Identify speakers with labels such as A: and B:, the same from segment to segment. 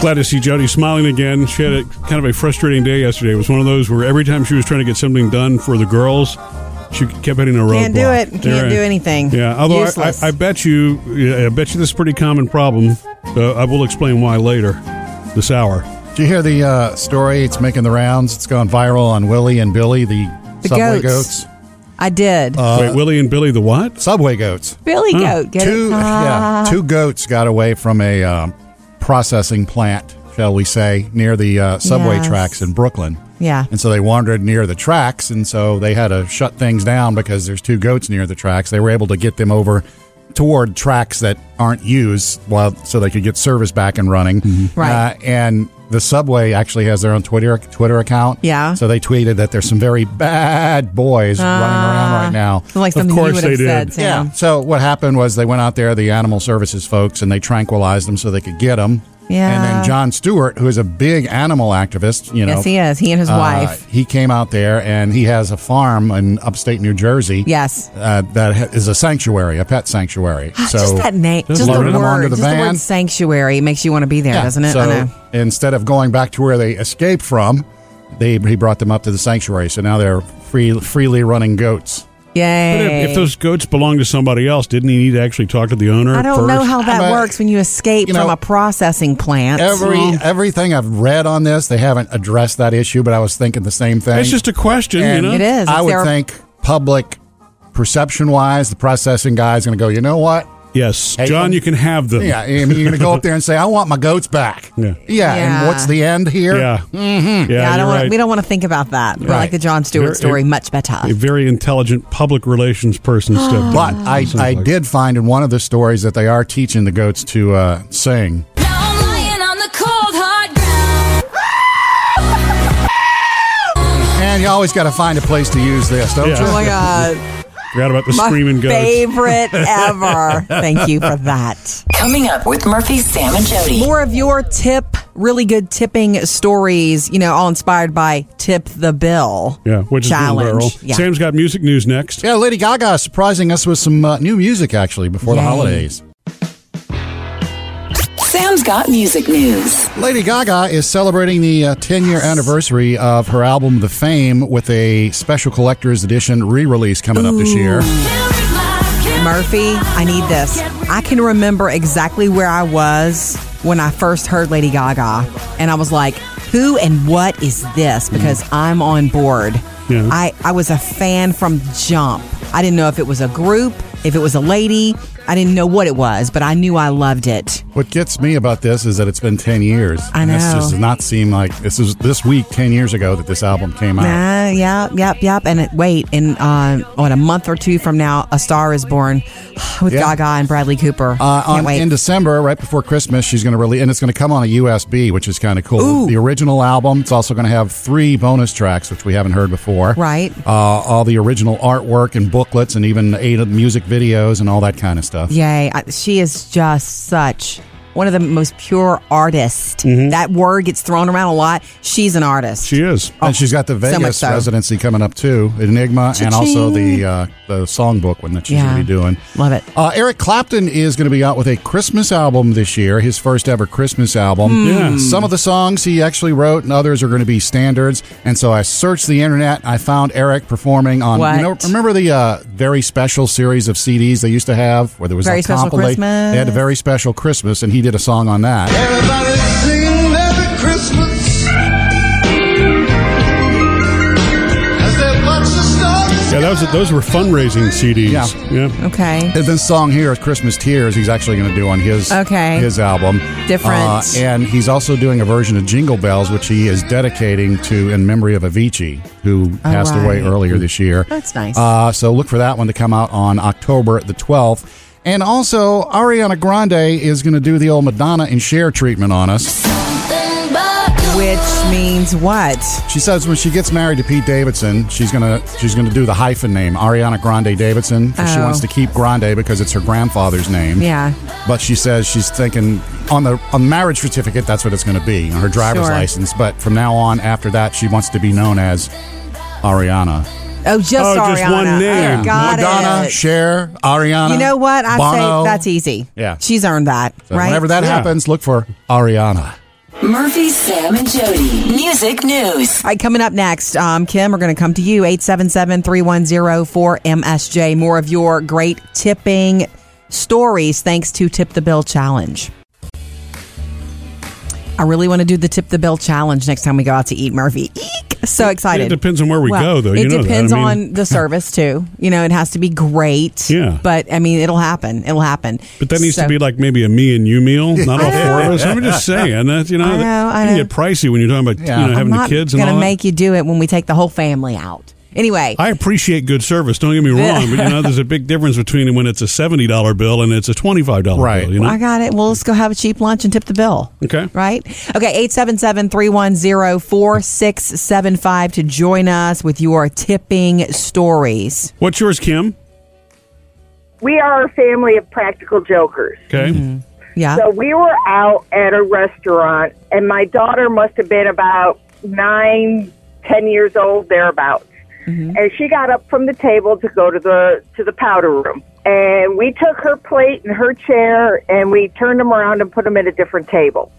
A: glad to see Jody smiling again. She had a kind of a frustrating day yesterday. It was one of those where every time she was trying to get something done for the girls, she kept hitting a roadblock.
B: Can't do it. Can't
A: They're-
B: do anything.
A: Yeah, although I, I,
B: Useless.
A: I bet you, yeah, I bet you this is a pretty common problem. Uh, I will explain why later this hour.
C: Do you hear the uh, story? It's making the rounds. It's gone viral on Willie and Billy, the,
B: The
C: Subway
B: goats.
C: goats.
B: I did.
C: Uh,
A: Wait, Willie and Billy, the what?
C: Subway goats.
B: Billy
A: Uh, huh.
B: Goat. Get
C: two,
B: it? Ah.
C: yeah, two goats got away from a um, processing plant, shall we say, near the uh, subway
B: Yes.
C: tracks in Brooklyn.
B: Yeah.
C: And so they wandered near the tracks, and so they had to shut things down because there's two goats near the tracks. They were able to get them over toward tracks that aren't used, while so they could get service back and running.
B: Mm-hmm. Right.
C: Uh, and the subway actually has their own Twitter Twitter account.
B: Yeah. Ah.
C: So they tweeted that there's some very bad boys running around right now.
B: Sounds like
A: Of
B: something you
A: course
B: would
A: they
B: have
A: did.
B: said, Sam.
C: Yeah. So what happened was they went out there, the animal services folks, and they tranquilized them so they could get them.
B: Yeah.
C: And then John Stewart, who is a big animal activist, you know,
B: Yes, he is. He and his
C: uh,
B: wife.
C: he came out there and he has a farm in upstate New Jersey.
B: Yes.
C: Uh, that ha- is a sanctuary, a pet sanctuary. so
B: just that name. Just,
A: Just
B: the
A: loaded
C: them
B: word.
C: onto the
B: just the
C: van.
B: word sanctuary makes you want to be there,
C: Yeah,
B: doesn't it?
C: So
B: I know.
C: instead of going back to where they escaped from, they he brought them up to the sanctuary. So now they're free, freely running goats.
A: But
B: Yay.
A: if, if those goats belong to somebody else, didn't he need to actually talk to the owner?
B: I don't
A: first?
B: know how that
C: But,
B: works when you escape
C: you
B: from
C: know,
B: a processing plant.
C: Every
B: Mm.
C: everything I've read on this, they haven't addressed that issue, but I was thinking the same thing.
A: It's just a question,
C: And
A: you know.
B: It is. It's
C: I would
B: their-
C: think public perception wise, the processing guy is going to go. You know what?
A: Yes,
C: Hey,
A: John,
C: um,
A: you can have them.
C: Yeah, I mean, you're going to go up there and say, "I want my goats back."
A: Yeah.
B: Yeah.
C: and what's the end here?
A: yeah, mm-hmm. yeah.
B: yeah, I
A: you're
B: don't want
A: right.
B: we don't want to think about that. We like the John Stewart
A: You're-
B: story
A: it-
B: much better.
A: a very intelligent public relations person stepped in.
C: But I, I did find in one of the stories that they are teaching the goats to uh, sing.
D: Now I'm lying on the cold hard ground.
C: And you always got to find a place to use this, don't
A: Yeah.
C: you?
B: oh my god.
A: forgot about the
B: My
A: screaming goats.
B: favorite ever. Thank you for that.
E: Coming up with Murphy, Sam, and Jody.
B: More of your tip, really good tipping stories, you know, all inspired by Tip the Bill.
A: Yeah, which is
B: challenge.
A: Bill Barrel.
B: Yeah.
A: Sam's got music news next.
C: Yeah, Lady Gaga is surprising us with some uh, new music actually before
B: Yay.
C: the holidays.
E: Sam's got music news.
C: Lady Gaga is celebrating the uh, 10 year anniversary of her album The Fame with a special collector's edition re release coming up this year.
B: Murphy, I need this. I can remember exactly where I was when I first heard Lady Gaga, and I was like, who and what is this? Because I'm on board.
A: Mm. Yeah.
B: I, I was a fan from jump. I didn't know if it was a group, if it was a lady. I didn't know what it was, but I knew I loved it.
C: What gets me about this is that it's been 10 years.
B: I
C: And This
B: know.
C: does not seem like this is this week, 10 years ago, that this album came out.
B: Uh, yeah, yep, yep. And it, wait, in uh, what a month or two from now, A Star Is Born with
C: Yeah.
B: Gaga and Bradley Cooper.
C: Uh,
B: Can't
C: on,
B: wait.
C: in December, right before Christmas, she's going to release, and it's going to come on a USB, which is kind of cool.
B: Ooh.
C: The original album. It's also going to have three bonus tracks, which we haven't heard before.
B: Right.
C: Uh, all the original artwork and booklets, and even eight of music videos and all that kind of stuff.
B: Yay. I, she is just such one of the most pure artists.
C: Mm-hmm.
B: That word gets thrown around a lot. She's an artist.
A: She is.
B: Oh.
C: And she's got the
B: much
C: Vegas
B: so.
C: residency coming up too, Enigma, and also the uh, the songbook one that she's
B: Yeah.
C: going to be doing.
B: Love it.
C: Uh, Eric Clapton is going to be out with a Christmas album this year, his first ever Christmas album.
B: Hmm.
A: Yeah.
C: Some of the songs he actually wrote and others are going to be standards. And so I searched the internet. I found Eric performing on.
B: What?
C: You know, remember the uh, very special series of CDs they used to have where there was
B: Very
C: a
B: Special
C: compilation?
B: Christmas.
C: They had a very special Christmas, and he did a song on that.
F: Everybody's singing Merry Christmas. As they watch the stars.
A: Yeah, that was, those were fundraising CDs.
C: Yeah.
A: yeah.
B: Okay.
C: And this song here, Christmas Tears, he's actually going to do on his
B: Okay.
C: his album.
B: Different.
C: Uh, and he's also doing a version of Jingle Bells, which he is dedicating to in memory of Avicii, who passed away
B: Oh, right.
C: earlier this year.
B: That's nice.
C: Uh, so look for that one to come out on October the 12th. And also, Ariana Grande is going to do the old Madonna and Cher treatment on us.
D: Then but
B: Which means what?
C: She says when she gets married to Pete Davidson, she's gonna she's gonna do the hyphen name Ariana Grande Davidson. 'cause She
B: Oh.
C: wants to keep Grande because it's her grandfather's name.
B: Yeah.
C: But she says she's thinking on the on the marriage certificate that's what it's going to be on her driver's
B: Sure.
C: license. But from now on, after that, she wants to be known as Ariana,
B: Oh, just
A: Oh,
B: Ariana.
A: just one
B: Oh,
A: name.
B: got
C: Madonna,
B: it.
C: Cher, Ariana.
B: you know what? I
C: Bono.
B: say that's easy.
C: Yeah.
B: She's earned that,
C: So
B: right?
C: Whenever that
A: Yeah.
C: happens, look for Ariana.
E: Murphy, Sam, and Jody. Music news.
B: All right, coming up next, um, Kim, we're going to come to you 877 310 4MSJ. More of your great tipping stories thanks to Tip the Bill Challenge. I really want to do the Tip the Bill Challenge next time we go out to eat Murphy. Eek! So excited.
A: It depends on where we
B: Well,
A: go, though.
B: It
A: You know that. I
B: depends
A: mean-
B: on the service, too. You know, it has to be great.
A: Yeah.
B: But, I mean, it'll happen. It'll happen.
A: But that needs
B: So-
A: to be like maybe a me and you meal, not all
B: I
A: four of us. I'm just saying that you know,
B: I know, I
A: it can
B: know.
A: get pricey when you're talking about
C: Yeah.
A: you know having
C: I'm
B: I'm
A: the
B: not
A: kids and
B: going to
A: all
B: make you do it when we take the whole family out. Anyway.
A: that. I appreciate good service. Don't get me wrong, but you know, there's a big difference between when it's a seventy dollar bill and it's a twenty five dollar
C: Right.
A: bill. You know,
B: I got it. Well, let's go have a cheap lunch and tip the bill.
A: Okay.
B: Right? Okay, 877-310-4675 to join us with your tipping stories.
A: what's yours, Kim?
G: we are a family of practical jokers.
A: Okay,
B: Mm-hmm. Yeah.
G: So we were out at a restaurant, and my daughter must have been about nine, ten years old, thereabouts. And she got up from the table to go to the to the powder room, and we took her plate and her chair, and we turned them around and put them at a different table.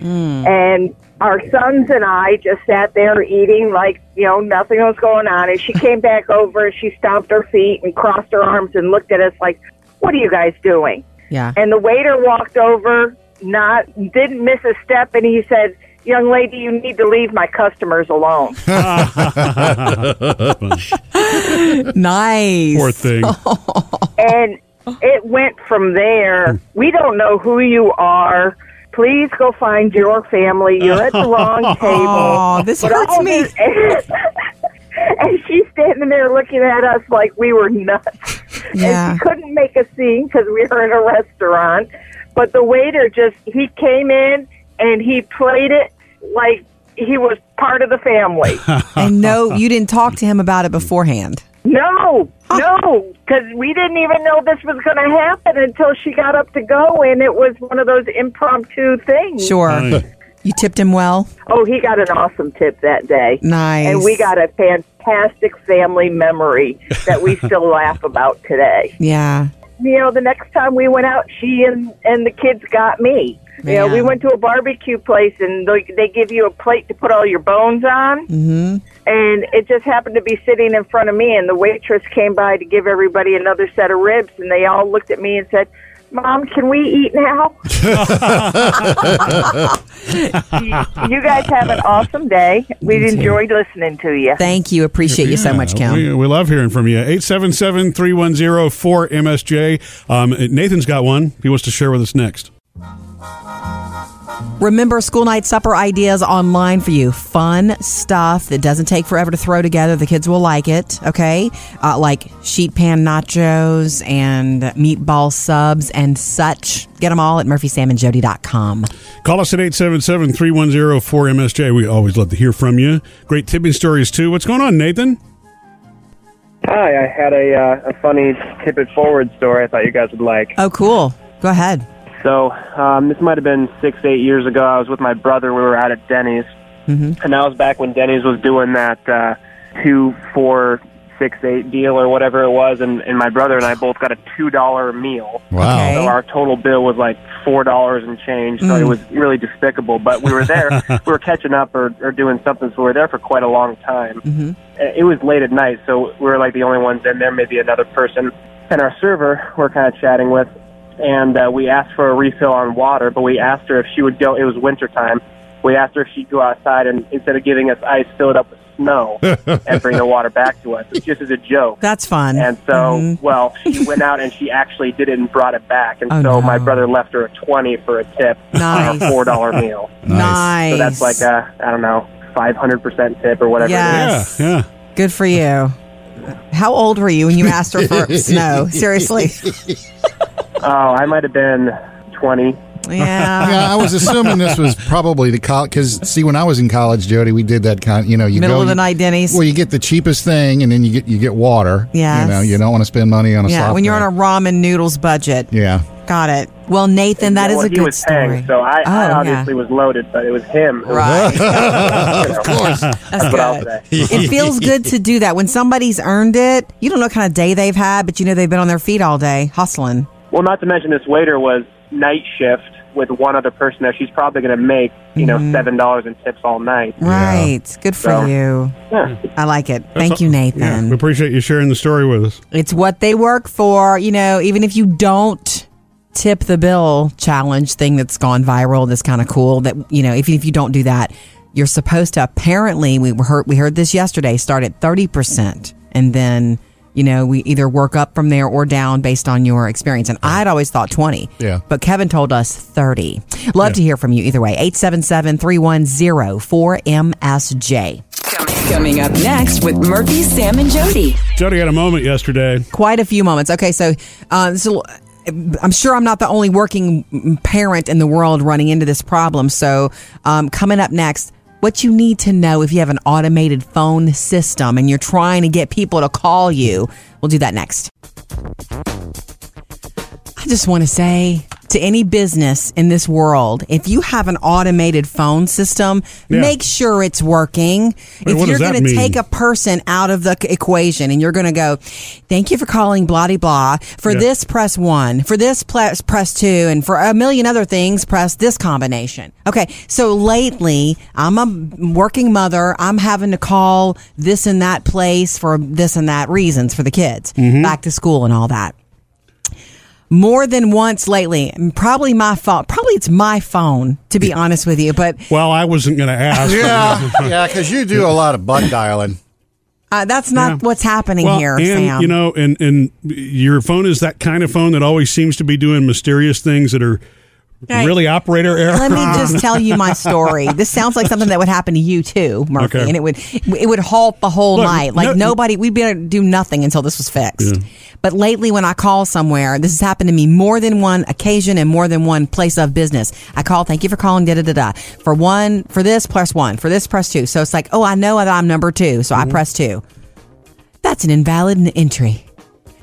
G: And our sons and I just sat there eating like, you know, nothing was going on. And she came back over and she stomped her feet and crossed her arms and looked at us like, what are you guys doing?
B: yeah.
G: And the waiter walked over, not didn't miss a step, and he said, "Young lady, you need to leave my customers alone."
B: nice.
A: poor thing.
B: Oh.
G: and it went from there. We don't know who you are. Please go find your family. You're at the wrong table.
B: Aw, this
G: But
B: hurts
G: all
B: me.
G: this- and she's standing there looking at us like we were nuts.
B: Yeah.
G: And she couldn't make a scene because we were in a restaurant. But the waiter just, he came in and he played it like he was part of the family.
B: and no, you didn't talk to him about it beforehand.
G: No, no, because we didn't even know this was going to happen until she got up to go, and it was one of those impromptu things.
B: Sure.
A: Nice.
B: You tipped him well.
G: Oh, he got an awesome tip that day.
B: Nice.
G: And we got a fantastic family memory that we still laugh about today.
B: Yeah.
G: You know, the next time we went out, she and, and the kids got me. You know, we
B: Man.
G: went to a barbecue place, and they, they give you a plate to put all your bones on. and it just happened to be sitting in front of me and the waitress came by to give everybody another set of ribs and they all looked at me and said mom can we eat now you guys have an awesome day we enjoyed listening to you
B: Thank you. Appreciate you so
A: Yeah,
B: much, Kim.
A: We, we love hearing from you. 877 310 4MSJ. Um, Nathan's got one he wants to share with us next.
B: Remember, school night supper ideas online for you. Fun stuff that doesn't take forever to throw together. The kids will like it, okay? Uh, like sheet pan nachos and meatball subs and such. Get them all at murphysamandjody.com.
A: Call us at 877 310 4MSJ. We always love to hear from you. Great tipping stories, too. What's going on, Nathan?
H: Hi, I had a, uh, a funny tip it forward story I thought you guys would like.
B: Oh, cool. Go ahead.
H: So, um, this might have been six, eight years ago. I was with my brother. We were out at Denny's. Mm-hmm. And that was back when Denny's was doing that uh, two, four, six, eight deal or whatever it was. And, and my brother and I both got a $2 meal.
C: Wow.
B: Okay.
H: So our total bill was like four dollars and change. So it was really despicable. But we were there. we were catching up or, or doing something. So we were there for quite a long time. Mm-hmm. It was late at night, so we were like the only ones in there. Maybe another person and our server we're kind of chatting with, and uh, we asked for a refill on water. But we asked her if she would go. It was winter time. We asked her if she'd go outside and instead of giving us ice, fill it up with snow and bring the water back to us. It's just as a joke.
B: That's fun.
H: And so,
B: Mhm.
H: well, she went out and she actually did it and brought it back. And
B: Oh,
H: so
B: no.
H: my brother left her a twenty for a tip on
B: Nice.
H: a four dollar meal.
B: Nice.
H: So that's like a I don't know five hundred percent tip or whatever. It
B: Yeah.
H: is.
B: Yes.
A: Yeah,
B: Good for you. How old were you when you asked her for snow? Seriously?
H: Oh, I might have been twenty.
B: Yeah.
C: Yeah, I was assuming this was probably the college. Because see, when I was in college, Jody, we did that kind. You know, you
B: Middle
C: go,
B: of the night Denny's.
C: Well, you get the cheapest thing, and then you get you get water.
B: Yes.
C: you know, you don't want to spend money on a
B: Yeah,
C: soft
B: when you're on
C: drink.
B: a ramen noodles budget.
C: yeah.
B: Got it. Well, Nathan, that
H: You
B: is
H: know,
B: a
H: he
B: good
H: was
B: story.
H: Paying, so I, I
B: Oh, yeah.
H: obviously was loaded, but it was him. who was,
B: Right.
H: you know,
B: That's
H: what I'll
B: good. It feels good to do that when somebody's earned it. You don't know what kind of day they've had, but you know they've been on their feet all day hustling.
H: Well, not to mention this waiter was night shift, with one other person there, she's probably going to make you
B: Mm-hmm.
H: know seven dollars in tips all night.
B: Right. Good for
H: So-
B: you.
H: Yeah.
B: I like it. Thank you, Nathan.
A: We appreciate you sharing the story with us.
B: It's what they work for. You know, even if you don't tip the bill challenge thing that's gone viral, that's kind of cool. That you know, if if you don't do that, you're supposed to. Apparently, we heard we heard this yesterday. Start at thirty percent, and then you know we either work up from there or down based on your experience. And I'd always thought twenty.
C: Yeah.
B: But Kevin told us 30. Love to hear from you either way. 877 310 4MSJ.
E: Coming up next with Murphy, Sam, and Jody.
A: Jody had a moment yesterday.
B: quite a few moments. Okay, so uh, this will- I'm sure I'm not the only working parent in the world running into this problem. So, um, coming up next, what you need to know if you have an automated phone system and you're trying to get people to call you. We'll do that next. I just want to say to any business in this world, if you have an automated phone system,
A: Yeah.
B: make sure it's working. if
A: what does
B: you're
A: that
B: gonna
A: mean?
B: take a person out of the c- equation and you're going to go, thank you for calling, blah, de, blah. For
A: Yeah.
B: this, press one. For this, press, press two. And for a million other things, press this combination. Okay. So lately, I'm a working mother. I'm having to call this and that place for this and that reasons for the kids,
A: Mm-hmm.
B: back to school and all that more than once lately. and Probably my fault. Probably it's my phone, to be honest with you. But
A: Well, I wasn't going to ask.
C: Yeah, yeah, because you do a lot of butt dialing.
B: uh, that's not
A: Yeah.
B: what's happening
A: Well,
B: here,
A: and,
B: Sam.
A: You know, and and your phone is that kind of phone that always seems to be doing mysterious things that are
B: Hey,
A: really operator error.
B: Let me just tell you my story. This sounds like something that would happen to you too, Murphy,
A: Okay.
B: and it would it would halt the whole
A: Look,
B: night. Like
A: no-
B: nobody, we'd be able to do nothing until this was fixed. But lately, when I call somewhere, this has happened to me more than one occasion and more than one place of business. I call, thank you for calling, da da da da. For one, for this plus one, for this press two. So it's like, oh, I know that I'm number two, so I press two. That's an invalid n- entry.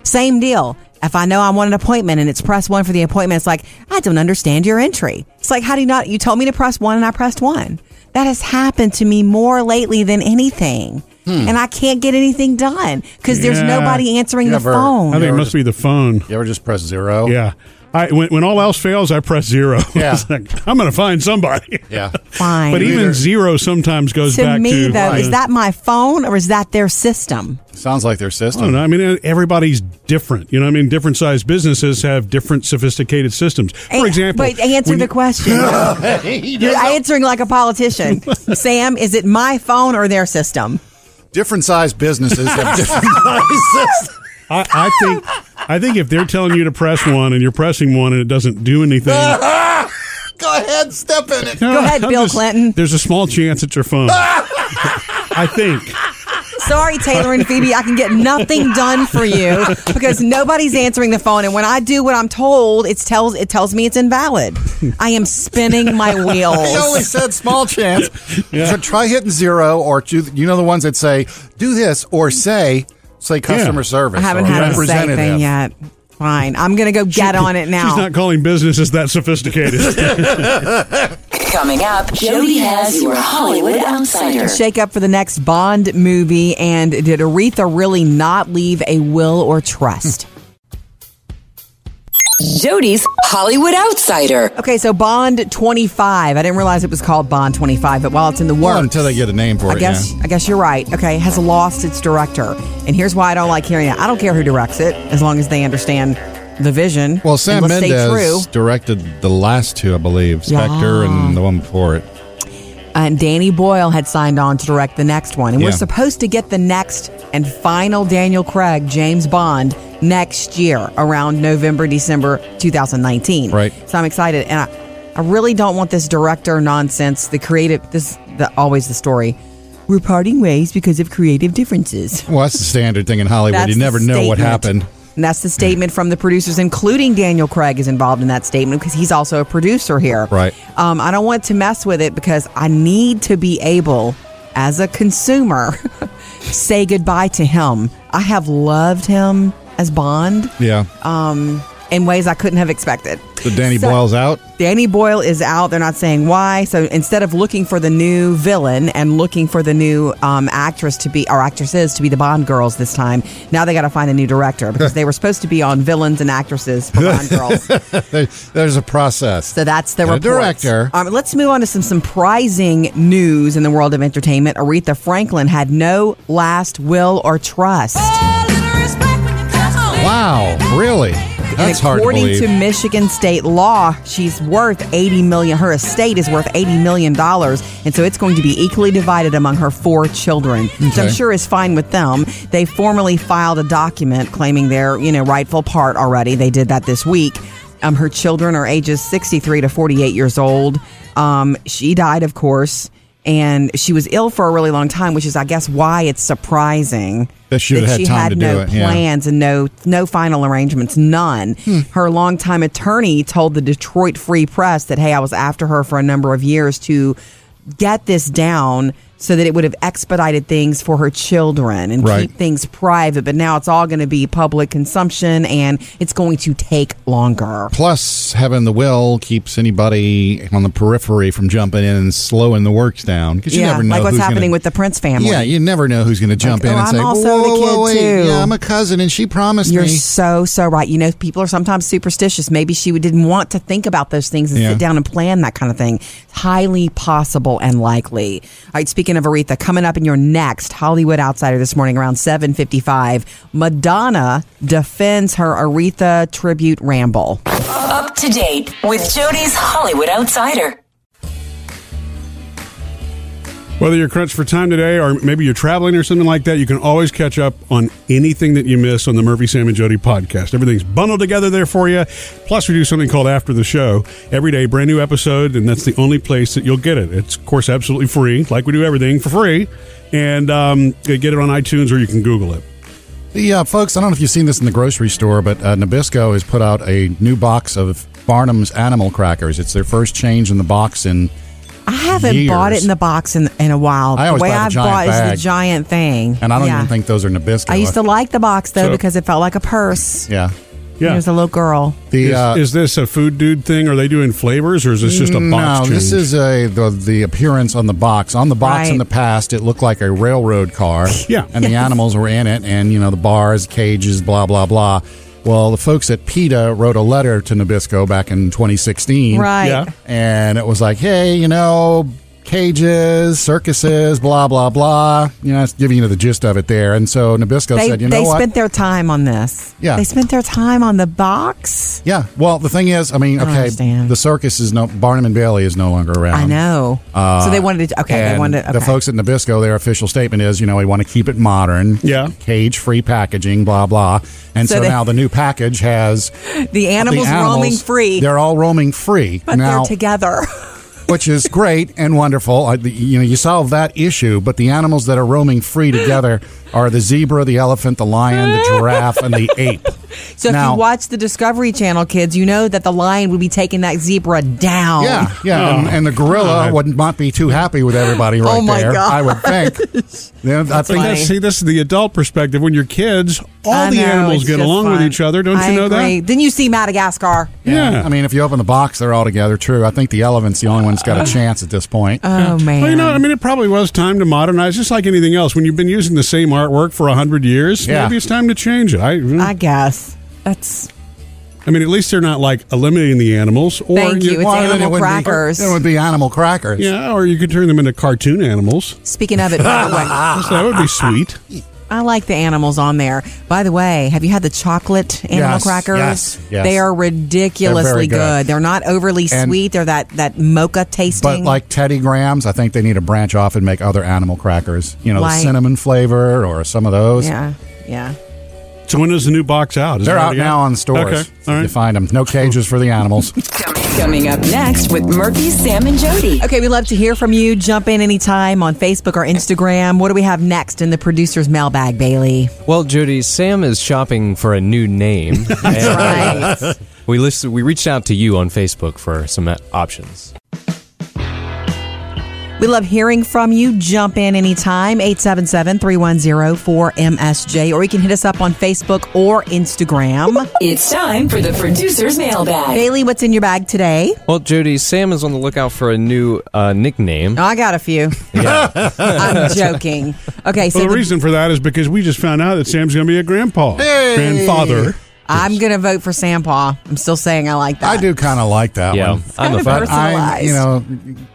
B: Same deal. If I know I want an appointment and it's press one for the appointment, it's like, I don't understand your entry. It's like, how do you not? You told me to press one and I pressed one. That has happened to me more lately than anything. And I can't get anything done because there's
A: Hmm. Yeah.
B: nobody answering
C: Yeah,
B: the
C: Ver-
A: I
B: phone.
A: think it must be the phone.
C: You ever just press zero?
A: Yeah. I, when, when all else fails, I press zero.
C: Yeah.
A: It's like, I'm going to find somebody.
C: Yeah.
B: Fine.
A: But even
C: Either-
A: zero sometimes goes
B: to
A: back
B: me,
A: to
B: though,
A: Yeah.
B: is that my phone or is that their system?
C: Sounds like their
A: I don't
C: system.
A: know. I mean, eh, everybody's different. You know, what I mean, different sized businesses have different sophisticated systems. For
B: Hey,
A: example,
B: Eh, But answer
A: when
B: the
A: you-
B: question. You're answering like a politician. Sam, is it my phone or their system?
C: Different sized businesses have different sized systems.
A: I, I think, I think if they're telling you to press one and you're pressing one and it doesn't do anything,
C: Go ahead, step in it.
A: Go
B: Ah, ahead, Bill Clinton.
A: There's a small chance it's your phone. I think.
B: Sorry, Taylor and Phoebe, I can get nothing done for you because nobody's answering the phone. And when I do what I'm told, it tells it tells me it's invalid. I am spinning my
C: He only
B: wheels.
C: said small chance. So try hitting zero or do, you know the ones that say do this or say say customer
A: Yeah.
C: service.
B: I haven't
C: or
B: had a say
C: representative.
B: thing yet. Fine, I'm gonna go get on it
A: She's
B: now.
A: not calling businesses that sophisticated.
E: Coming up, Jody has your Hollywood Outsider.
B: Shake up for the next Bond movie, and did Aretha really not leave a will or trust?
E: Jody's Hollywood Outsider.
B: Okay, so Bond 25. I didn't realize it was called Bond 25, but while it's in the
C: Well,
B: works,
C: until they get a name for
B: I
C: it.
B: guess
C: yeah.
B: I guess you're right. Okay, has lost its director, and here's why I don't like hearing that. I don't care who directs it, as long as they understand the vision.
C: Well,
B: and
C: Sam
B: will stay
C: Mendes directed the last two, I believe, Spectre
B: Yeah.
C: and the one before it.
B: true. And Danny Boyle had signed on to direct the next one, and we're
C: Yeah.
B: supposed to get the next and final Daniel Craig James Bond next year around November December 2019.
C: Right.
B: So I'm excited, and I, I really don't want this director nonsense. The creative this the always the story. We're parting ways because of creative differences.
C: Well, that's the standard thing in Hollywood.
B: That's
C: you never
B: the
C: know what
B: statement.
C: happened.
B: And that's the statement from the producers, including Daniel Craig is involved in that statement because he's also a producer here.
C: Right.
B: Um, I don't want to mess with it because I need to be able, as a consumer, say goodbye to him. I have loved him as Bond.
C: Yeah.
B: in ways I couldn't have expected.
C: So Danny
B: So-
C: Boyle's out.
B: Danny Boyle is out. They're not saying why. So instead of looking for the new villain and looking for the new um, actress to be, or actresses to be the Bond girls this time, now they got to find a new director because they were supposed to be on villains and actresses for Bond girls.
C: There- There's a process.
B: So that's the
C: Got a
B: report.
C: director.
B: Um, let's move on to some surprising news in the world of entertainment. Aretha Franklin had no last will or trust.
C: Wow, really? That's
B: and
C: hard to
B: according
C: believe.
B: Michigan state law, she's worth 80 million. Her estate is worth 80 million dollars, and so it's going to be equally divided among her four children. Which I'm
C: Okay.
B: sure is fine with them. They formally filed a document claiming their, you know, rightful part already. They did that this week. Um, her children are ages 63 to 48 years old. Um, she died, of course, and she was ill for a really long time, which is, I guess, why it's surprising
C: That she would've had
B: she
C: time
B: had
C: to do
B: no
C: it, yeah.
B: plans plans and no no final arrangements, none.
C: Hmm.
B: Her longtime attorney told the Detroit Free Press that hey, I was after her for a number of years to get this down so that it would have expedited things for her children and
C: Right.
B: keep things private, but now it's all going to be public consumption and it's going to take longer.
C: Plus, having the will keeps anybody on the periphery from jumping in and slowing the works down. Because you
B: yeah,
C: never know
B: like what's
C: who's
B: happening
C: gonna,
B: with the Prince family.
C: Yeah, you never know who's going to jump
B: Like,
C: in
B: oh,
C: and
B: I'm
C: say,
B: also
C: whoa,
B: the
C: whoa,
B: kid,
C: wait,
B: too."
C: yeah, I'm a cousin and she promised
B: You're
C: me.
B: so so right. You know, people are sometimes superstitious. Maybe she didn't want to think about those things and
C: Yeah.
B: sit down and plan that kind of thing. Highly possible and likely. All right. Speaking of Aretha, coming up in your next Hollywood Outsider this morning around seven fifty five, Madonna defends her Aretha tribute ramble.
E: Up to date with Jody's Hollywood Outsider.
A: Whether you're crunched for time today or maybe you're traveling or something like that, you can always catch up on anything that you miss on the Murphy, Sam, and Jody podcast. Everything's bundled together there for you. Plus, we do something called After the Show. Every day, brand new episode, and that's the only place that you'll get it. It's, of course, absolutely free, like we do everything for free. And um, you get it on iTunes or you can Google it.
C: The uh, folks, I don't know if you've seen this in the grocery store, but uh, Nabisco has put out a new box of Barnum's Animal Crackers. It's their first change in the box in
B: I haven't
C: Years.
B: bought it in the box in, in a while.
C: I always
B: the way
C: buy the
B: I've
C: giant
B: bought is
C: bag.
B: the giant thing,
C: and I don't
B: Yeah.
C: even think those are Nabisco.
B: I used to like the box though
A: So-
B: because it felt like a purse.
C: Yeah.
A: Yeah.
B: It was a little girl.
C: The
A: Is,
C: uh,
A: is this a food dude thing? Are they doing flavors or is this just a box
C: no,
A: change?
C: this is a the, the appearance on the box. On the box in
B: Right.
C: the past, it looked like a railroad car.
A: Yeah.
C: and the animals were in it, and you know the bars, cages, blah blah blah. Well, the folks at PETA wrote a letter to Nabisco back in 2016,
B: Right.
A: Yeah.
C: And it was like, hey, you know, cages, circuses, blah blah blah. You know, it's giving you the gist of it there. And so Nabisco
B: they,
C: said, you
B: they
C: know what?
B: spent their time on this.
C: Yeah.
B: They spent their time on the box.
C: yeah. Well, the thing is, I mean,
B: I don't
C: okay,
B: understand.
C: the circus is no Barnum and Bailey is no longer around.
B: I know. so they wanted to. Okay. They
C: Um, uh, And
B: wanted. To, okay.
C: The folks at Nabisco, their official statement is, you know, we want to keep it modern,
A: Yeah.
C: cage-free packaging, blah blah. And
B: So
C: so,
B: they-
C: now the new package has
B: the animals,
C: the animals,
B: roaming free,
C: They're all roaming free
B: but
C: now,
B: they're together.
C: which is great and wonderful. I, the- you know, you solve that issue, but the animals that are roaming free together are the zebra, the elephant, the lion, the giraffe, and the ape.
B: So if
C: Now-
B: you watch the Discovery Channel, kids, you know that the lion would be taking that zebra down.
C: Yeah, yeah,
A: Oh.
C: and, and the gorilla
A: God.
C: would not be too happy with everybody right
B: Oh my
C: there.
B: gosh.
C: I would think. Yeah, I
A: See,
C: think
A: that's- see, this is the adult perspective. When you're kids, all
B: I
A: the
B: know,
A: animals
B: it's
A: get
B: just
A: along with
B: fun.
A: each other. Don't
B: I
A: you know
B: agree.
A: that?
B: Didn't you see Madagascar?
A: Yeah.
C: I mean, if you open the box, they're all together. True. I think the elephant's the only one that's
B: Uh,
C: got a chance at this point.
B: Oh man.
A: Well, you know, I mean, it probably was time to modernize, just like anything else. When you've been using the same artwork for a hundred years,
C: Yeah.
A: maybe it's time to change it. I,
B: I
A: I,
B: guess that's
A: mean, at least they're not like eliminating the animals, or
B: Thank you. It's
C: Why, then
B: animal
C: it wouldn't be-
B: crackers.
C: it would be animal crackers.
A: yeah, or you could turn them into cartoon animals.
B: speaking of it. By the way,
C: Ah.
A: So that would be sweet.
B: I like the animals on there. By the way, have you had the chocolate animal
C: Yes,
B: crackers?
C: yes, yes.
B: They are ridiculously
C: They're very
B: good.
C: good.
B: They're not overly
C: And-
B: sweet. They're that that mocha tasting.
C: But like Teddy Grahams, I think they need to branch off and make other animal crackers. You know, the
B: Like-
C: cinnamon flavor or some of those.
B: yeah, yeah.
A: So when is the new box out? Is
C: They're
A: it
C: out
A: already
C: now on stores.
A: Okay, all
C: You
A: right.
C: find them. No cages for the animals.
E: Coming up next with Murphy, Sam, and Jody.
B: Okay, we love to hear from you. Jump in anytime on Facebook or Instagram. What do we have next in the producer's mailbag, Bailey?
I: Well, Jody, Sam is shopping for a new name. And
B: Right.
I: We listed, we reached out to you on Facebook for some uh, options.
B: We love hearing from you. Jump in anytime, 877-310-4MSJ, or you can hit us up on Facebook or Instagram.
E: It's time for the producer's mailbag.
B: Bailey, what's in your bag today?
I: Well, Jody, Sam is on the lookout for a new uh, nickname.
B: Oh, I got a few. I'm joking. Okay, so
A: Well, the
B: the-
A: reason for that is because we just found out that Sam's going to be a grandpa, grandfather.
B: I'm going to vote for Sampaw. I'm still saying I like that.
C: I do kind of like that
I: Yeah,
C: one.
I: I'm a
B: kind of
I: fan.
B: personal.
C: I'm, you know,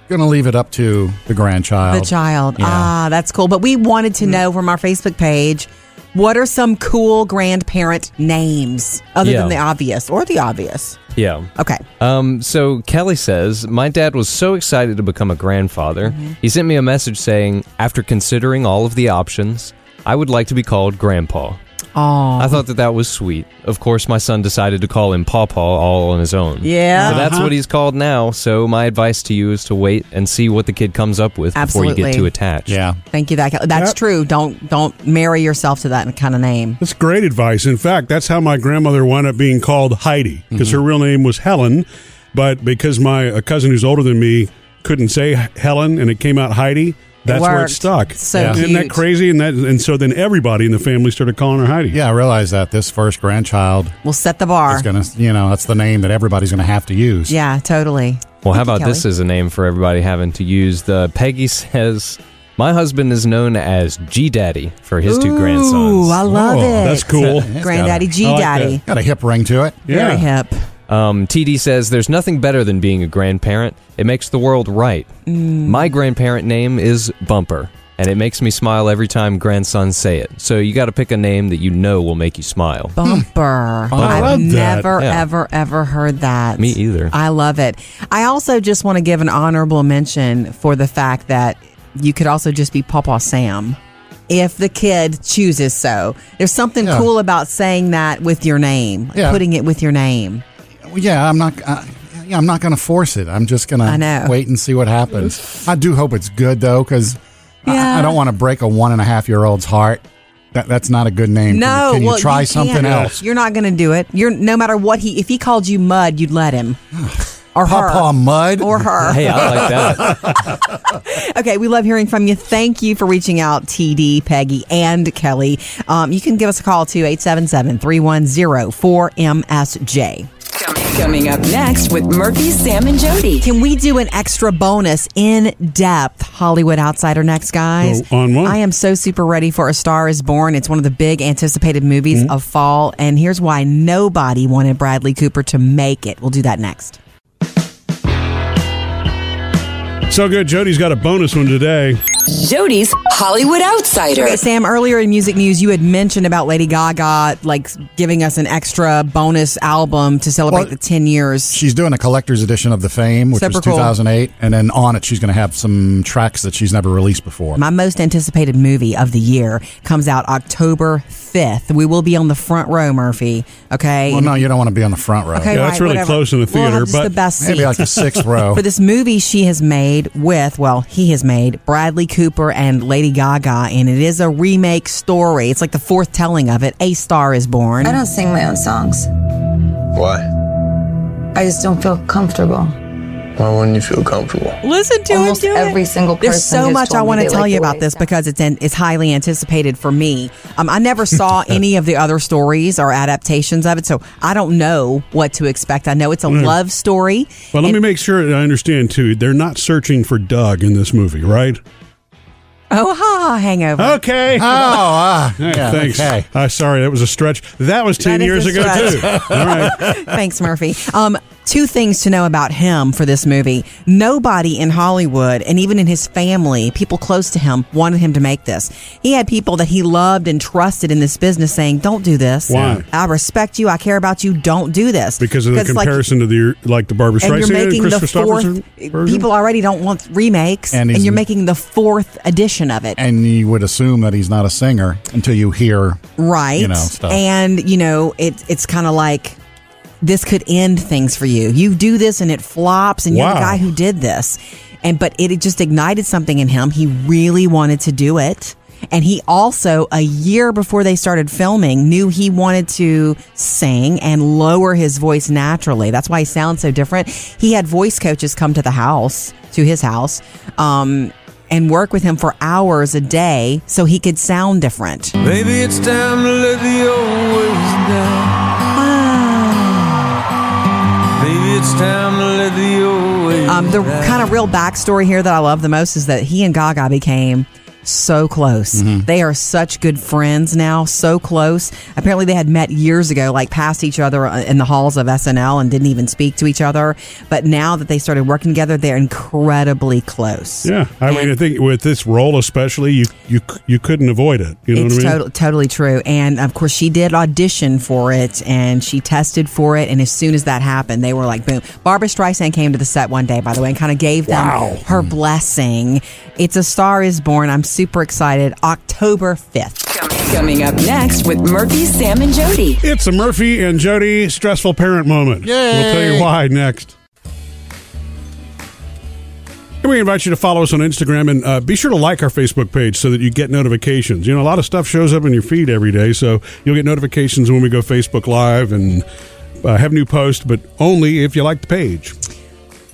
C: going to leave it up to the grandchild.
B: The child.
C: Yeah.
B: Ah, that's cool. But we wanted to know from our Facebook page what are some cool grandparent names other
I: Yeah.
B: than the obvious or the obvious?
I: Yeah.
B: Okay.
I: Um, so Kelly says, My dad was so excited to become a grandfather.
B: Mm-hmm.
I: He sent me a message saying, After considering all of the options, I would like to be called Grandpa.
B: Oh,
I: I thought that that was sweet. Of course, my son decided to call him Pawpaw all on his own.
B: Yeah.
I: So that's what he's called now. So my advice to you is to wait and see what the kid comes up with before you
B: Absolutely.
I: get too attached.
C: yeah.
B: thank you. That that's
A: Yep.
B: true. Don't don't marry yourself to that kind of name.
A: That's great advice. In fact, that's how my grandmother wound up being called Heidi because her real name was Helen, but because my a cousin who's older than me couldn't say Helen and it came out Heidi, that's where it
B: worked.
A: stuck.
B: So
A: Isn't that
B: cute.
A: crazy? And that and so then everybody in the family started calling her Heidi.
C: Yeah, I realize that this first grandchild
B: We'll set the bar.
C: is going to, you know, that's the name that everybody's going to have to use.
B: yeah, totally.
I: Well, how
B: Thank
I: about
B: you,
I: this
B: Kelly.
I: as a name for everybody having to use? The Peggy says, "My husband is known as G Daddy for his two
B: Ooh, I
I: grandsons."
B: love
C: Oh,
B: it.
A: That's cool.
B: Granddaddy G
A: I like
B: Daddy.
C: Got a hip ring to it.
A: Yeah.
B: Very hip.
I: Um, TD says, "There's nothing better than being a grandparent. It makes the world right."
B: Mm.
I: My grandparent name is Bumper, and it makes me smile every time grandsons say it. So you got to pick a name that you know will make you smile.
B: Bumper.
C: Hmm.
B: I've
A: love that.
B: never,
I: Yeah.
B: ever, ever heard that.
I: Me either.
B: I love it. I also just want to give an honorable mention for the fact that you could also just be Papa Sam if the kid chooses so. There's something
C: Yeah.
B: cool about saying that with your name, like
C: Yeah.
B: putting it with your name.
C: Well, yeah, I'm not. Uh, yeah, I'm not going to force it. I'm just going
B: I know.
C: to wait and see what happens. I do hope it's good though, because
B: Yeah.
C: I, don't want to break a one and a half year old's heart. That, that's not a good name. Can-
B: No,
C: can you
B: well,
C: try
B: you
C: something
B: can't.
C: else?
B: You're not going to do it. You're no matter what he if he called you mud, you'd let him. Or her.
C: Pawpaw mud.
B: or her.
I: Hey, I like that.
B: Okay, we love hearing from you. Thank you for reaching out, TD, Peggy, and Kelly. Um, you can give us a call to 877 310 4MSJ.
E: Coming up next with Murphy, Sam, and Jody.
B: Can we do an extra bonus in depth Hollywood Outsider next, guys?
A: Go on one.
B: I am so super ready for A Star is Born. It's one of the big anticipated movies of fall. And here's why nobody wanted Bradley Cooper to make it. We'll do that next.
A: So good. Jody's got a bonus one today.
E: Jody's Hollywood Outsider.
B: Okay, Sam, earlier in music news, you had mentioned about Lady Gaga like giving us an extra bonus album to celebrate
C: Well,
B: the 10 years.
C: She's doing a collector's edition of The Fame, which
B: Super
C: was
B: cool.
C: 2008, and then on it she's going to have some tracks that she's never released before.
B: My most anticipated movie of the year comes out October 5th. We will be on the front row, Murphy. Okay.
C: well, no, you don't want to be on the front row.
B: Okay,
A: Yeah, that's
B: right,
A: really
B: whatever.
A: close in the
B: We'll have
A: theater,
B: just
A: but
B: the best seat.
C: Maybe like the sixth row.
B: for this movie she has made with, well, he has made Bradley Cooper and Lady Gaga, and it is a remake story. It's like the fourth telling of it. A Star is Born.
J: I don't sing my own songs.
K: Why?
J: I just don't feel comfortable.
K: Why wouldn't you feel comfortable?
B: Listen to
J: Almost
B: him do it.
J: every single
B: There's
J: person
B: so
J: who's
B: much
J: told
B: I
J: me
B: want to
J: they
B: tell
J: like
B: you
J: the
B: about
J: way
B: this
J: it
B: because it's in, it's highly anticipated for me. Um, I never saw any of the other stories or adaptations of it, so I don't know what to expect. I know it's a
J: Mm.
B: love story.
A: But let
B: and-
A: me make sure that I understand too. They're not searching for Doug in this movie, right?
B: oh ha, hangover.
A: Okay.
C: Oh, ah,
A: All right,
C: yeah,
A: thanks.
C: okay.
A: Uh, sorry, that was a stretch. That was 10
B: That is
A: years
B: a
A: ago,
B: stretch.
A: too. All right.
B: Thanks, Murphy. Um, two things to know about him for this movie. Nobody in Hollywood and even in his family, people close to him, wanted him to make this. He had people that he loved and trusted in this business saying, "Don't do this.
A: Why?
B: I respect you. I care about you. Don't do this."
A: Because of the
B: like,
A: comparison to the like the Barbara
B: and you're
A: Streisand and,
B: making the
A: Christopher
B: fourth.
A: Stoltenberg version?
B: People already don't want remakes,
C: And
B: and,
C: he's-
B: you're making the fourth edition of it.
C: And you would assume that he's not a singer until you hear
B: right
C: you know, stuff.
B: and you know it, it's kind of like this could end things for you you do this and it flops and you're the
A: Wow.
B: guy who did this and but it just ignited something in him he really wanted to do it And he also, a year before they started filming, knew he wanted to sing and lower his voice naturally. That's why he sounds so different. He had voice coaches come to the house, to his house, um, and work with him for hours a day so he could sound different.
L: Maybe it's time to let the old ways down. Maybe it's time to let the old ways
B: Um, the
L: down.
B: kind of real backstory here that I love the most is that he and Gaga became so close. They are such good friends now, so close. Apparently, they had met years ago, like past each other uh, in the halls of SNL and didn't even speak to each other. But now that they started working together, they're incredibly close.
A: Yeah, I mean, I think with this role especially, you you you couldn't avoid it. You know
B: it's
A: what I mean?
B: total- totally true. And of course, she did audition for it and she tested for it. And as soon as that happened, they were like, boom. Barbara Streisand came to the set one day, by the way, and kind of gave them
A: Wow.
B: her blessing. It's A Star is Born. I'm super excited. October 5th.
E: Coming up next with Murphy, Sam, and Jody.
A: It's a Murphy and Jody stressful parent moment. We'll tell you
E: Yay.
A: why next. And we invite you to follow us on Instagram and uh, be sure to like our Facebook page so that you get notifications. You know, a lot of stuff shows up in your feed every day, so you'll get notifications when we go Facebook Live and uh, have new posts, but only if you like the page.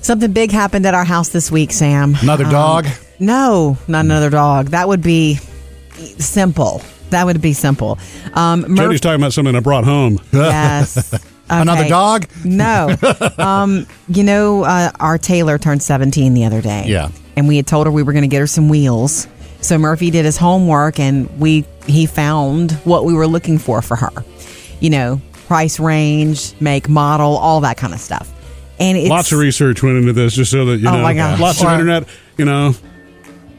B: Something big happened at our house this week, Sam. Um,
A: Another dog?
B: No, not another dog. That would be simple. That would be simple. Um, Murph-
A: Jody's talking about something I brought home.
B: Yes.
A: Another
B: Okay.
A: dog?
B: No. Um, you know, uh, our Taylor turned 17 the other day.
A: Yeah.
B: And we had told her we were going to get her some wheels. So Murphy did his homework and we he found what we were looking for for her. You know, price range, make, model, all that kind of stuff. And it's
A: lots of research went into this just so that you
B: Oh
A: know
B: my gosh.
A: lots
B: Or-
A: of internet you know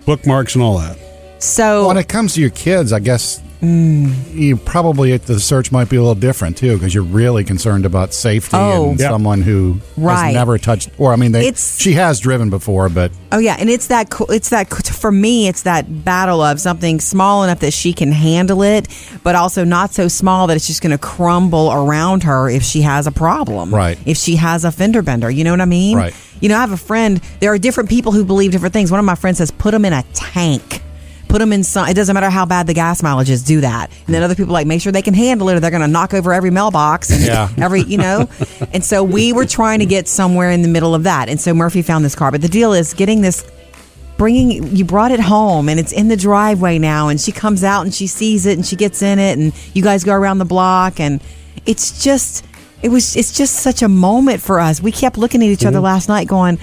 A: bookmarks and all that
B: So
C: when it comes to your kids, I guess
B: Hmm.
C: you probably the search might be a little different too because you're really concerned about safety
B: Oh.
C: and
B: Yep.
C: someone who
B: Right.
C: has never touched or I mean they
B: It's-
C: she has driven before but
B: Oh yeah, and it's that co- it's that co- for me it's that battle of something small enough that she can handle it, but also not so small that it's just going to crumble around her if she has a problem.
C: Right.
B: If she has a fender bender, you know what I mean?
C: Right.
B: You know, I have a friend, there are different people who believe different things. One of my friends says put them in a tank. Put them in some. It doesn't matter how bad the gas mileage is. Do that, and then other people like make sure they can handle it, or they're going to knock over every mailbox and
C: Yeah.
B: every you know and so we were trying to get somewhere in the middle of that and so murphy found this car but the deal is getting this bringing you brought it home and it's in the driveway now and she comes out and she sees it and she gets in it and you guys go around the block and it's just it was it's just such a moment for us we kept looking at each other last night going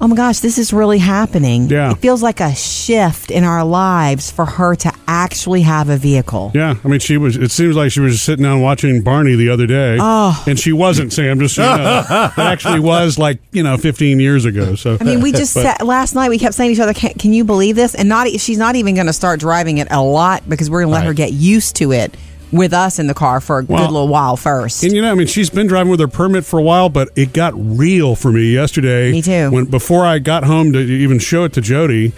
B: oh my gosh this is really happening
A: Yeah.
B: it feels like a shift in our lives for her to actually have a vehicle
A: yeah i mean she was it seems like she was sitting down watching barney the other day
B: Oh.
A: and she wasn't sam just so you know it actually was like you know 15 years ago so
B: I mean, we just
A: but-
B: sat last night. We kept saying to each other, "Can, can you believe this?" And not e, she's not even going to start driving it a lot because we're going to let her get used to it with us in the car for a
A: Well-
B: good little while first.
A: And you know, I mean, she's been driving with her permit for a while, but it got real for me yesterday.
B: Me too.
A: When before I got home to even show it to Jody,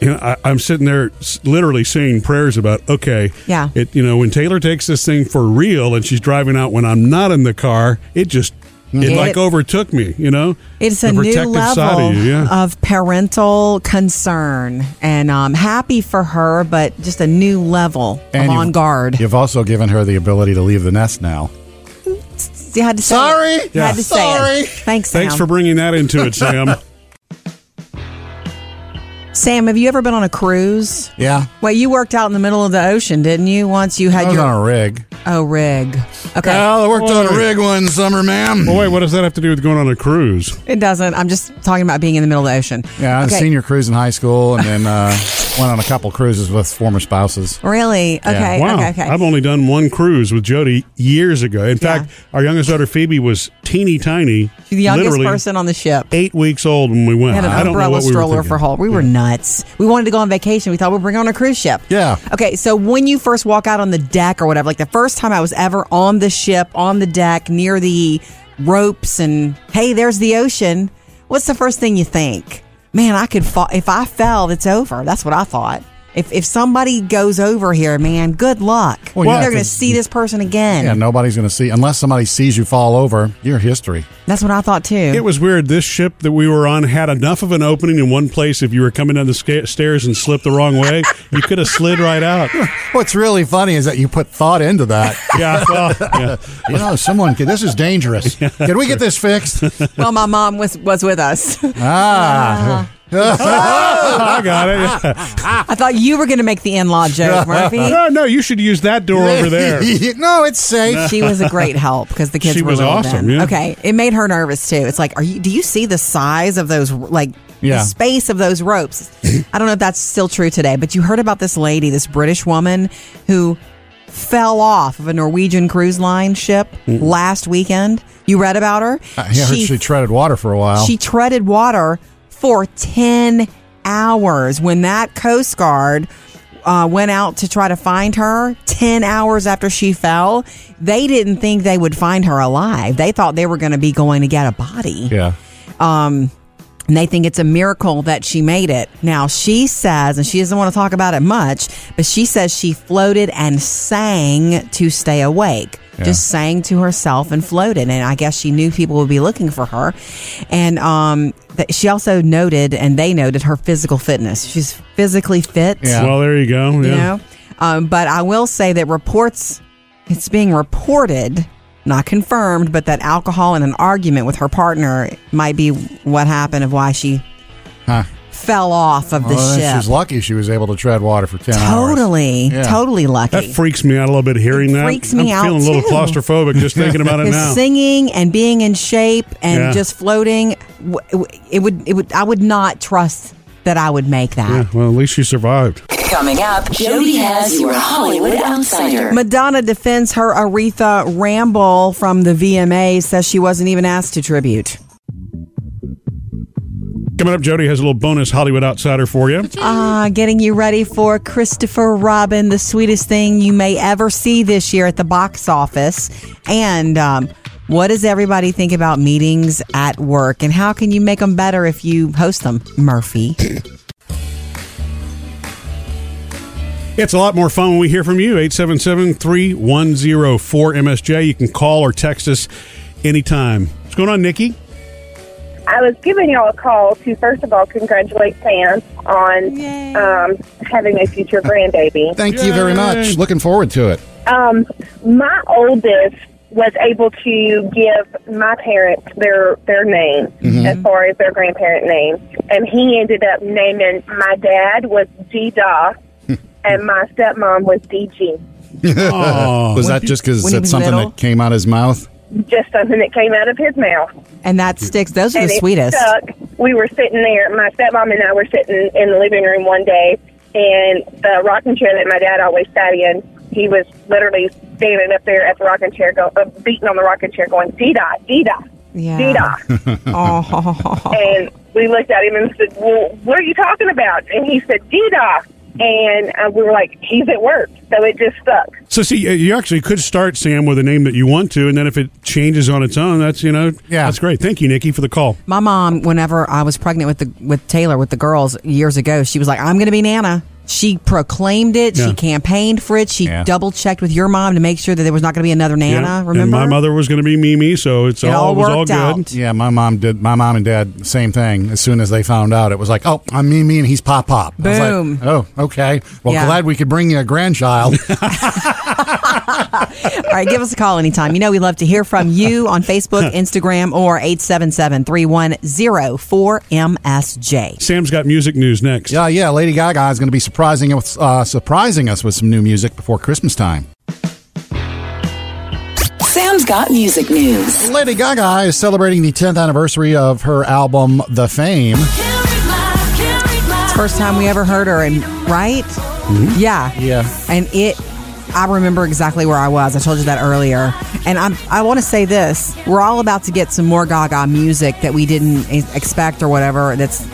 A: you know, I, I'm sitting there s- literally saying prayers about okay,
B: Yeah.
A: It you know when Taylor takes this thing for real and she's driving out when I'm not in the car, it just it,
B: It-
A: like overtook me. You know,
B: It's
A: The
B: a new
A: protective
B: level
A: side of
B: of,
A: you, yeah.
B: parental concern, and um, happy for her, but just a new level of
C: you've-
B: on guard.
C: You've also given her the ability to leave the nest now.
B: You had to say
C: Sorry?
B: it. You
A: Yeah.
B: had to say it.
A: Sorry.
B: Thanks, Sam.
A: thanks for bringing that into it, Sam.
B: Sam, have you ever been on a cruise?
C: Yeah.
B: Well, you worked out in the middle of the ocean, didn't you? Once you
C: I
B: had
C: was
B: your
C: on a rig.
B: oh rig. Okay.
C: Well, I worked on a rig one summer, ma'am.
A: well, wait, what does that have to do with going on a cruise?
B: It doesn't. I'm just talking about being in the middle of the ocean.
C: Yeah, I was
B: Okay.
C: a senior cruise in high school and then uh, went on a couple cruises with former spouses.
B: Really? Okay.
C: Yeah.
A: Wow.
B: Okay. Okay.
A: I've only done one cruise with Jody years ago. In fact, our youngest daughter Phoebe was teeny tiny.
B: You're the youngest
A: literally
B: person on the ship.
A: Eight weeks old when we went.
B: Had an
A: I don't know
B: umbrella
A: what we were
B: stroller
A: thinking.
B: for haul. We were nuts. We wanted to go on vacation. We thought we'd bring on a cruise ship.
C: Yeah.
B: Okay. So when you first walk out on the deck or whatever, like the first time I was ever on the ship, on the deck, near the ropes, and hey, there's the ocean. What's the first thing you think? Man, I could fall. If I fell, it's over. That's what I thought. If, if somebody goes over here, man, good luck.
C: Well, yeah,
B: they're going to
C: 'cause-
B: see this person again.
C: Yeah, nobody's going to see unless somebody sees you fall over. Your history.
B: That's what I thought too.
A: It was weird. This ship that we were on had enough of an opening in one place. If you were coming down the sca- stairs and slipped the wrong way, you could have slid right out.
C: What's really funny is that you put thought into that.
A: Yeah, well, yeah.
C: you know, someone could. This is dangerous. Can we get this fixed?
B: well, my mom was was with us.
C: Ah.
A: I got it.
B: I thought you were going to make the in law joke, Murphy.
A: No, no, you should use that door over there.
C: no, it's safe.
B: She was a great help because the kids
A: She
B: were
A: was
B: little
A: awesome,
B: then.
A: yeah.
B: Okay, it made her nervous too. It's like, are you? Do you see the size of those? Like,
C: Yeah.
B: the space of those ropes. I don't know if that's still true today, but you heard about this lady, this British woman who fell off of a Norwegian cruise line ship last weekend. You read about her?
C: Uh, I heard she, treaded water for a while.
B: She treaded water for 10 hours. When that Coast Guard uh, went out to try to find her 10 hours after she fell, they didn't think they would find her alive. They thought they were going to be going to get a body.
C: yeah.
B: Um, and they think it's a miracle that she made it. Now, she says, and she doesn't want to talk about it much, but she says she floated and sang to stay awake.
M: Yeah.
B: Just sang to herself and floated. And I guess she knew people would be looking for her. And um, that she also noted, and they noted, her physical fitness. She's physically fit.
A: Well, there you go.
B: You
A: yeah.
B: know? Um, but I will say that reports, it's being reported, not confirmed, but that alcohol and an argument with her partner might be what happened of why she
C: Huh.
B: fell off of the
C: Well, then she's
B: ship.
C: lucky she was able to tread water for 10 hours.
B: Totally,
C: Yeah.
B: totally
A: That
B: lucky.
A: freaks me out a little bit hearing that.
B: freaks me
A: I'm
B: out,
A: feeling a little
B: too.
A: claustrophobic just thinking about it
B: The
A: now.
B: singing and being in shape and
A: Yeah.
B: just floating, w- w- it would, it would, I would not trust that I would make that.
A: Yeah, well, at least she survived.
E: Coming up, Jody has your Hollywood Outsider.
B: Madonna defends her Aretha Ramble from the VMA, says she wasn't even asked to tribute.
A: Coming up, Jody has a little bonus Hollywood outsider for you.
B: Ah, getting you ready for Christopher Robin, the sweetest thing you may ever see this year at the box office. And um, what does everybody think about meetings at work, and how can you make them better if you host them, Murphy?
A: It's a lot more fun when we hear from you. 877-310-4MSJ. You can call or text us anytime. What's going on, Nikki?
N: I was giving y'all a call to first of all congratulate Sam on um, having a future grandbaby.
C: Thank you very much. Looking forward to it.
N: Um, my oldest was able to give my parents their their name
C: Mhm.
N: as far as their grandparent name, and he ended up naming my dad was D Da, and my stepmom was DG.
C: was that just because
N: When he
C: it's
N: was
C: something
N: little?
C: that came out his mouth?
N: Just something that came out of his mouth.
B: and that sticks. Those are
N: and
B: the
N: it
B: sweetest.
N: stuck. We were sitting there. My stepmom and I were sitting in the living room one day, and the rocking chair that my dad always sat in, he was literally standing up there at the rocking chair, go, uh, beating on the rocking chair, going, Dida, Dida,
B: Yeah. Oh.
N: Dida. And we looked at him and said, Well, what are you talking about? And he said, Dida. And uh, we were like, He's at work. So it just stuck.
A: So see, uh, you actually could start Sam with a name that you want to, and then if it changes on its own, that's you know, yeah, that's great. Thank you, Nikki, for the call.
B: My mom, whenever I was pregnant with the with Taylor with the girls years ago, she was like, "I'm going to be Nana." She proclaimed it.
A: Yeah.
B: She campaigned for it. She
A: Yeah.
B: double checked with your mom to make sure that there was not going to be another Nana.
A: Yeah.
B: Remember?
A: And my mother was going to be Mimi, so it's
B: It
A: all,
B: all
A: it was all
B: worked
A: good.
B: out.
C: Yeah, my mom did. My mom and dad, same thing. As soon as they found out, it was like, oh, I'm Mimi and he's Pop Pop. I was like,
B: Boom.
C: oh, okay. Well,
B: Yeah.
C: glad we could bring you a grandchild.
B: All right, give us a call anytime. You know, we love to hear from you on Facebook, Instagram, or 877 310 4MSJ.
A: Sam's got music news next.
C: Yeah, yeah. Lady Gaga is going to be surprising us, uh, surprising us with some new music before Christmas time.
E: Sam's got music news.
C: Lady Gaga is celebrating the 10th anniversary of her album The Fame.
B: First time we ever heard her, and right?
A: Mm-hmm.
B: Yeah.
C: Yeah.
B: And it, I remember exactly where I was. I told you that earlier. And I'm, I want to say this we're all about to get some more Gaga music that we didn't e- expect or whatever that's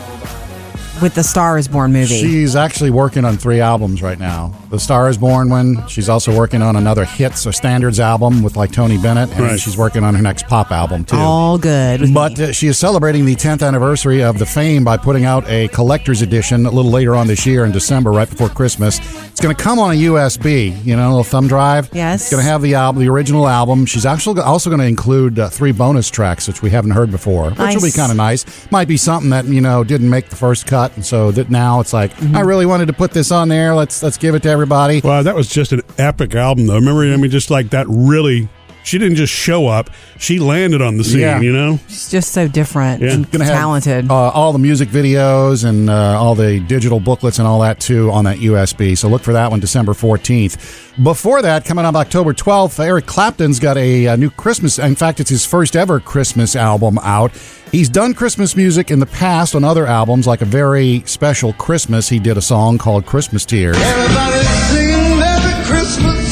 B: with the Star is Born movie.
C: She's actually working on three albums right now. The Star is Born one. She's also working on another hits or standards album with like Tony Bennett, and
B: Right. Oh,
C: she's working on her next pop album too.
B: All good.
C: But uh, she is celebrating the 10th anniversary of the fame by putting out a collector's edition a little later on this year in December, right before Christmas. It's going to come on a USB, you know, a little thumb drive.
B: Yes.
C: It's going to have the album, the original album. She's actually also going to include uh, three bonus tracks, which we haven't heard before, which will be
B: Nice.
C: kind of nice. Might be something that you know didn't make the first cut, and so that now it's like
B: Mm-hmm.
C: I really wanted to put this on there. Let's let's give it to everybody.
A: Wow, that was just an epic album, though. Remember, I mean, just like that really. She didn't just show up; she landed on the scene.
C: Yeah.
A: You know,
B: She's just so different
A: Yeah.
B: and
C: Gonna have,
B: talented.
C: uh, all the music videos and uh, all the digital booklets and all that too on that USB. So look for that one December 14th. Before that, coming up October 12th, Eric Clapton's got a, uh new Christmas. In fact, it's his first ever Christmas album out. He's done Christmas music in the past on other albums, like a very special Christmas. He did a song called Christmas Tears.
F: Everybody's singing Merry Christmas.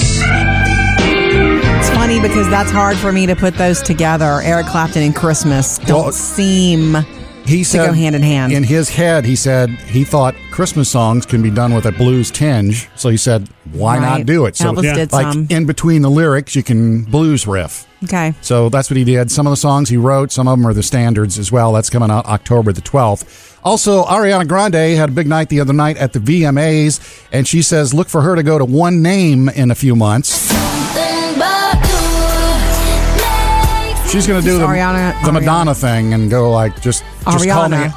B: It's funny because that's hard for me to put those together. Eric Clapton and Christmas don't seem
C: He said,
B: to go hand in hand.
C: In his head, he said he thought Christmas songs can be done with a blues tinge. So he said, why
B: Right.
C: not do it? So,
B: Elvis Yeah. did
C: like
B: some.
C: in between the lyrics, you can blues riff.
B: okay.
C: So that's what he did. Some of the songs he wrote, some of them are the standards as well. That's coming out October the 12th. Also, Ariana Grande had a big night the other night at the VMAs, and she says, look for her to go to one name in a few months. She's going to do the,
B: Ariana-
C: the Madonna thing and go like, just, just call me
B: Ariana.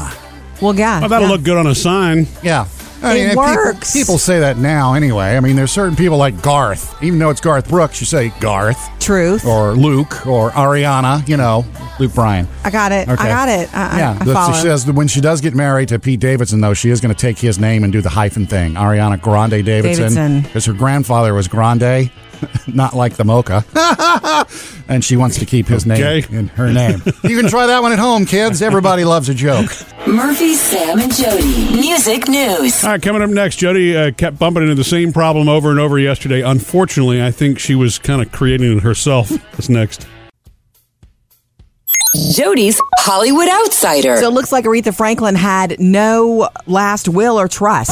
C: Ariana.
B: Well, yeah.
C: Oh,
A: well, that'll
B: yeah.
A: look good on a sign.
C: Yeah. I
B: It
C: mean, people-
B: works.
C: People, say that now anyway. I mean, there's certain people like Garth. Even though it's Garth Brooks, you say Garth.
B: Truth.
C: Or Luke or Ariana, you know, Luke Bryan.
B: I got it. I got it. I, I-
C: yeah,
B: I
C: that's-
B: follow.
C: she says that when she does get married to Pete Davidson, though, she is going to take his name and do the hyphen thing. Ariana Grande Davidson.
B: Davidson.
C: Because her grandfather was Grande, not like the mocha. and she wants to keep his
A: Okay.
C: name in her name. you can try that one at home, kids. Everybody loves a joke.
E: Murphy, Sam, and Jody. Music news.
A: All right, coming up next, Jody uh, kept bumping into the same problem over and over yesterday. Unfortunately, I think she was kind of creating it herself. That's next.
E: Jody's Hollywood Outsider.
B: So it looks like Aretha Franklin had no last will or trust.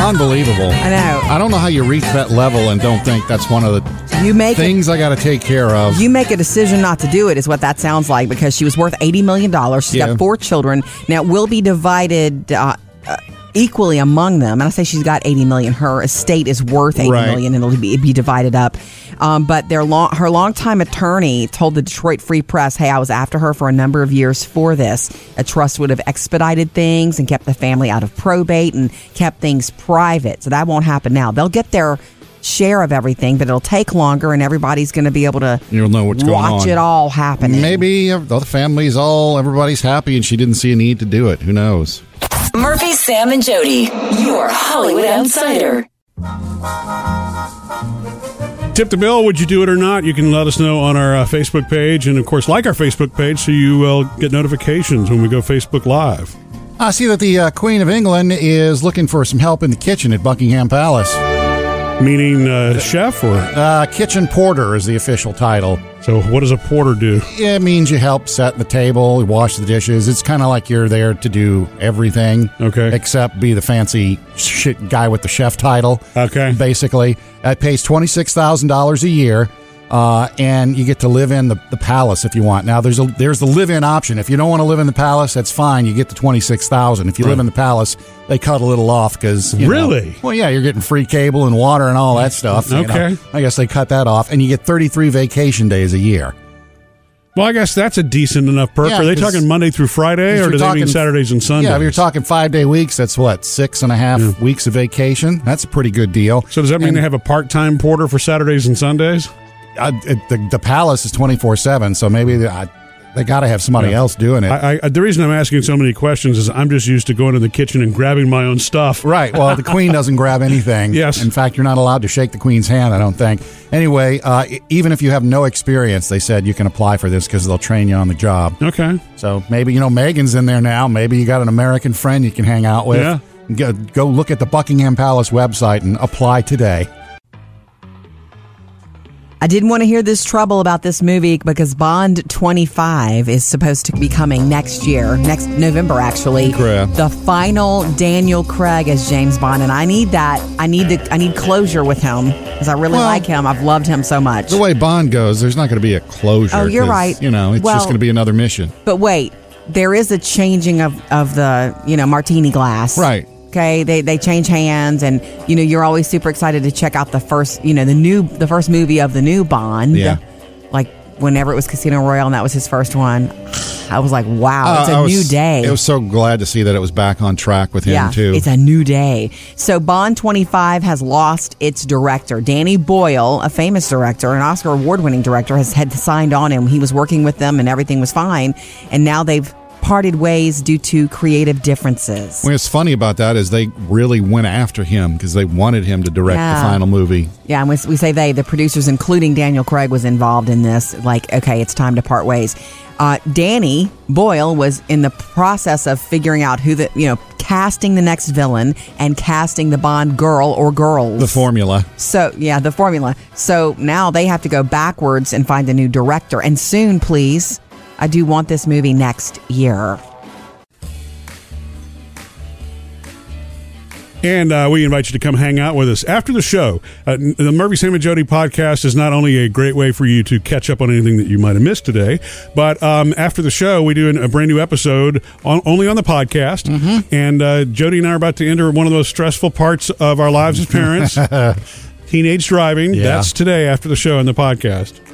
C: Unbelievable.
B: I know.
C: I don't know how you reach that level and don't think that's one of the
B: You make a,
C: things I got to take care of.
B: you make a decision not to do it is what that sounds like because she was worth eighty million dollars. She's
C: Yeah.
B: got four children now. It will be divided. Uh, uh, Equally among them, and I say she's got eighty million. Her estate is worth eighty
C: Right.
B: million, and it'll be, it'd be divided up. Um, but their long, her longtime attorney told the Detroit Free Press, "Hey, I was after her for a number of years for this. A trust would have expedited things and kept the family out of probate and kept things private. So that won't happen now. They'll get their share of everything, but it'll take longer, and everybody's going to be able to
C: You'll know what's going
B: watch
C: on.
B: it all happening.
C: Maybe uh, the family's all, everybody's happy, and she didn't see a need to do it. Who knows?
E: Murphy, Sam, and Jody. Your Hollywood Outsider.
A: Tip the bill. Would you do it or not? You can let us know on our uh, Facebook page, and of course, like our Facebook page so you will get notifications when we go Facebook Live.
C: I see that the uh, Queen of England is looking for some help in the kitchen at Buckingham Palace.
A: Meaning uh, chef, or
C: Uh, kitchen porter is the official title.
A: so. What does a porter do?
C: It means you help set the table, you wash the dishes. It's kind of like you're there to do everything.
A: Okay.
C: Except be the fancy shit guy with the chef title.
A: Okay.
C: Basically, that pays twenty six thousand dollars a year, uh, and you get to live in the, the palace if you want. Now, there's a there's the live in option. If you don't want to live in the palace, that's fine. You get the twenty six thousand. If you live
A: Right.
C: in the palace, they cut a little off because
A: Really?
C: well, yeah, you're getting free cable and water and all that stuff. you know.
A: Okay.
C: I guess they cut that off, and you get thirty three vacation days a year.
A: Well, I guess that's a decent enough perk.
C: Yeah,
A: Are they
C: 'cause-
A: talking Monday through Friday,
C: If
A: or
C: you're
A: do they mean
C: talking-
A: Saturdays and Sundays?
C: Yeah, if you're talking five day weeks, that's what six and a half weeks of vacation. That's a pretty good deal.
A: so does that mean
C: And,
A: they have a part-time porter for Saturdays and Sundays?
C: uh, it- the, the palace is twenty four seven? So maybe they, I, they got to have somebody
A: Yeah.
C: else doing it.
A: I, I, the reason I'm asking so many questions is I'm just used to going to the kitchen and grabbing my own stuff.
C: Right. Well, the queen doesn't grab anything.
A: Yes.
C: In fact, you're not allowed to shake the queen's hand. I don't think. Anyway, uh, e- even if you have no experience, they said you can apply for this because they'll train you on the job.
A: Okay.
C: So maybe you know Megan's in there now. Maybe you got an American friend you can hang out with.
A: Yeah.
C: Go, go look at the Buckingham Palace website and apply today.
B: I didn't want to hear this trouble about this movie because Bond 25 is supposed to be coming next year, next November actually.
M: Correct.
B: The final Daniel Craig as James Bond, and I need that. I need the. I need closure with him because I really
C: Well-
B: like him. I've loved him so much.
C: The way Bond goes, there's not going to be a closure.
B: Oh, you're
C: 'cause,
B: right.
C: You know, it's
B: Well-
C: just going to be another mission.
B: But wait, there is a changing of, of the, you know, martini glass.
C: Right.
B: Okay, they, they change hands and you know, you're always super excited to check out the first you know, the new the first movie of the new Bond.
C: Yeah.
B: Like whenever it was Casino Royale and that was his first one. I was like, Wow, oh, it's
C: Uh,
B: a
C: I was-
B: new day.
C: I was so glad to see that it was back on track with him
B: yeah,
C: too.
B: it's a new day. So Bond 25 has lost its director. Danny Boyle, a famous director, an Oscar award-winning director, has had signed on him. He was working with them, and everything was fine. And now they've parted ways due to creative differences.
C: What's funny about that is they really went after him because they wanted him to direct
B: Yeah.
C: the final movie.
B: Yeah, and we, we say they, the producers, including Daniel Craig, was involved in this. Like, okay, it's time to part ways. Uh, Danny Boyle was in the process of figuring out who the, you know, casting the next villain and casting the Bond girl or girls.
C: The formula.
B: So, yeah, the formula. So now they have to go backwards and find a new director. And soon, please, I do want this movie next year.
A: And uh, we invite you to come hang out with us after the show. Uh, the Murphy, Sam, and Jody podcast is not only a great way for you to catch up on anything that you might have missed today, but um, after the show, we do an, a brand new episode on, only on the podcast.
C: Mm-hmm.
A: And uh, Jody and I are about to enter one of those stressful parts of our lives as parents teenage driving.
C: Yeah.
A: That's today after the show and the podcast.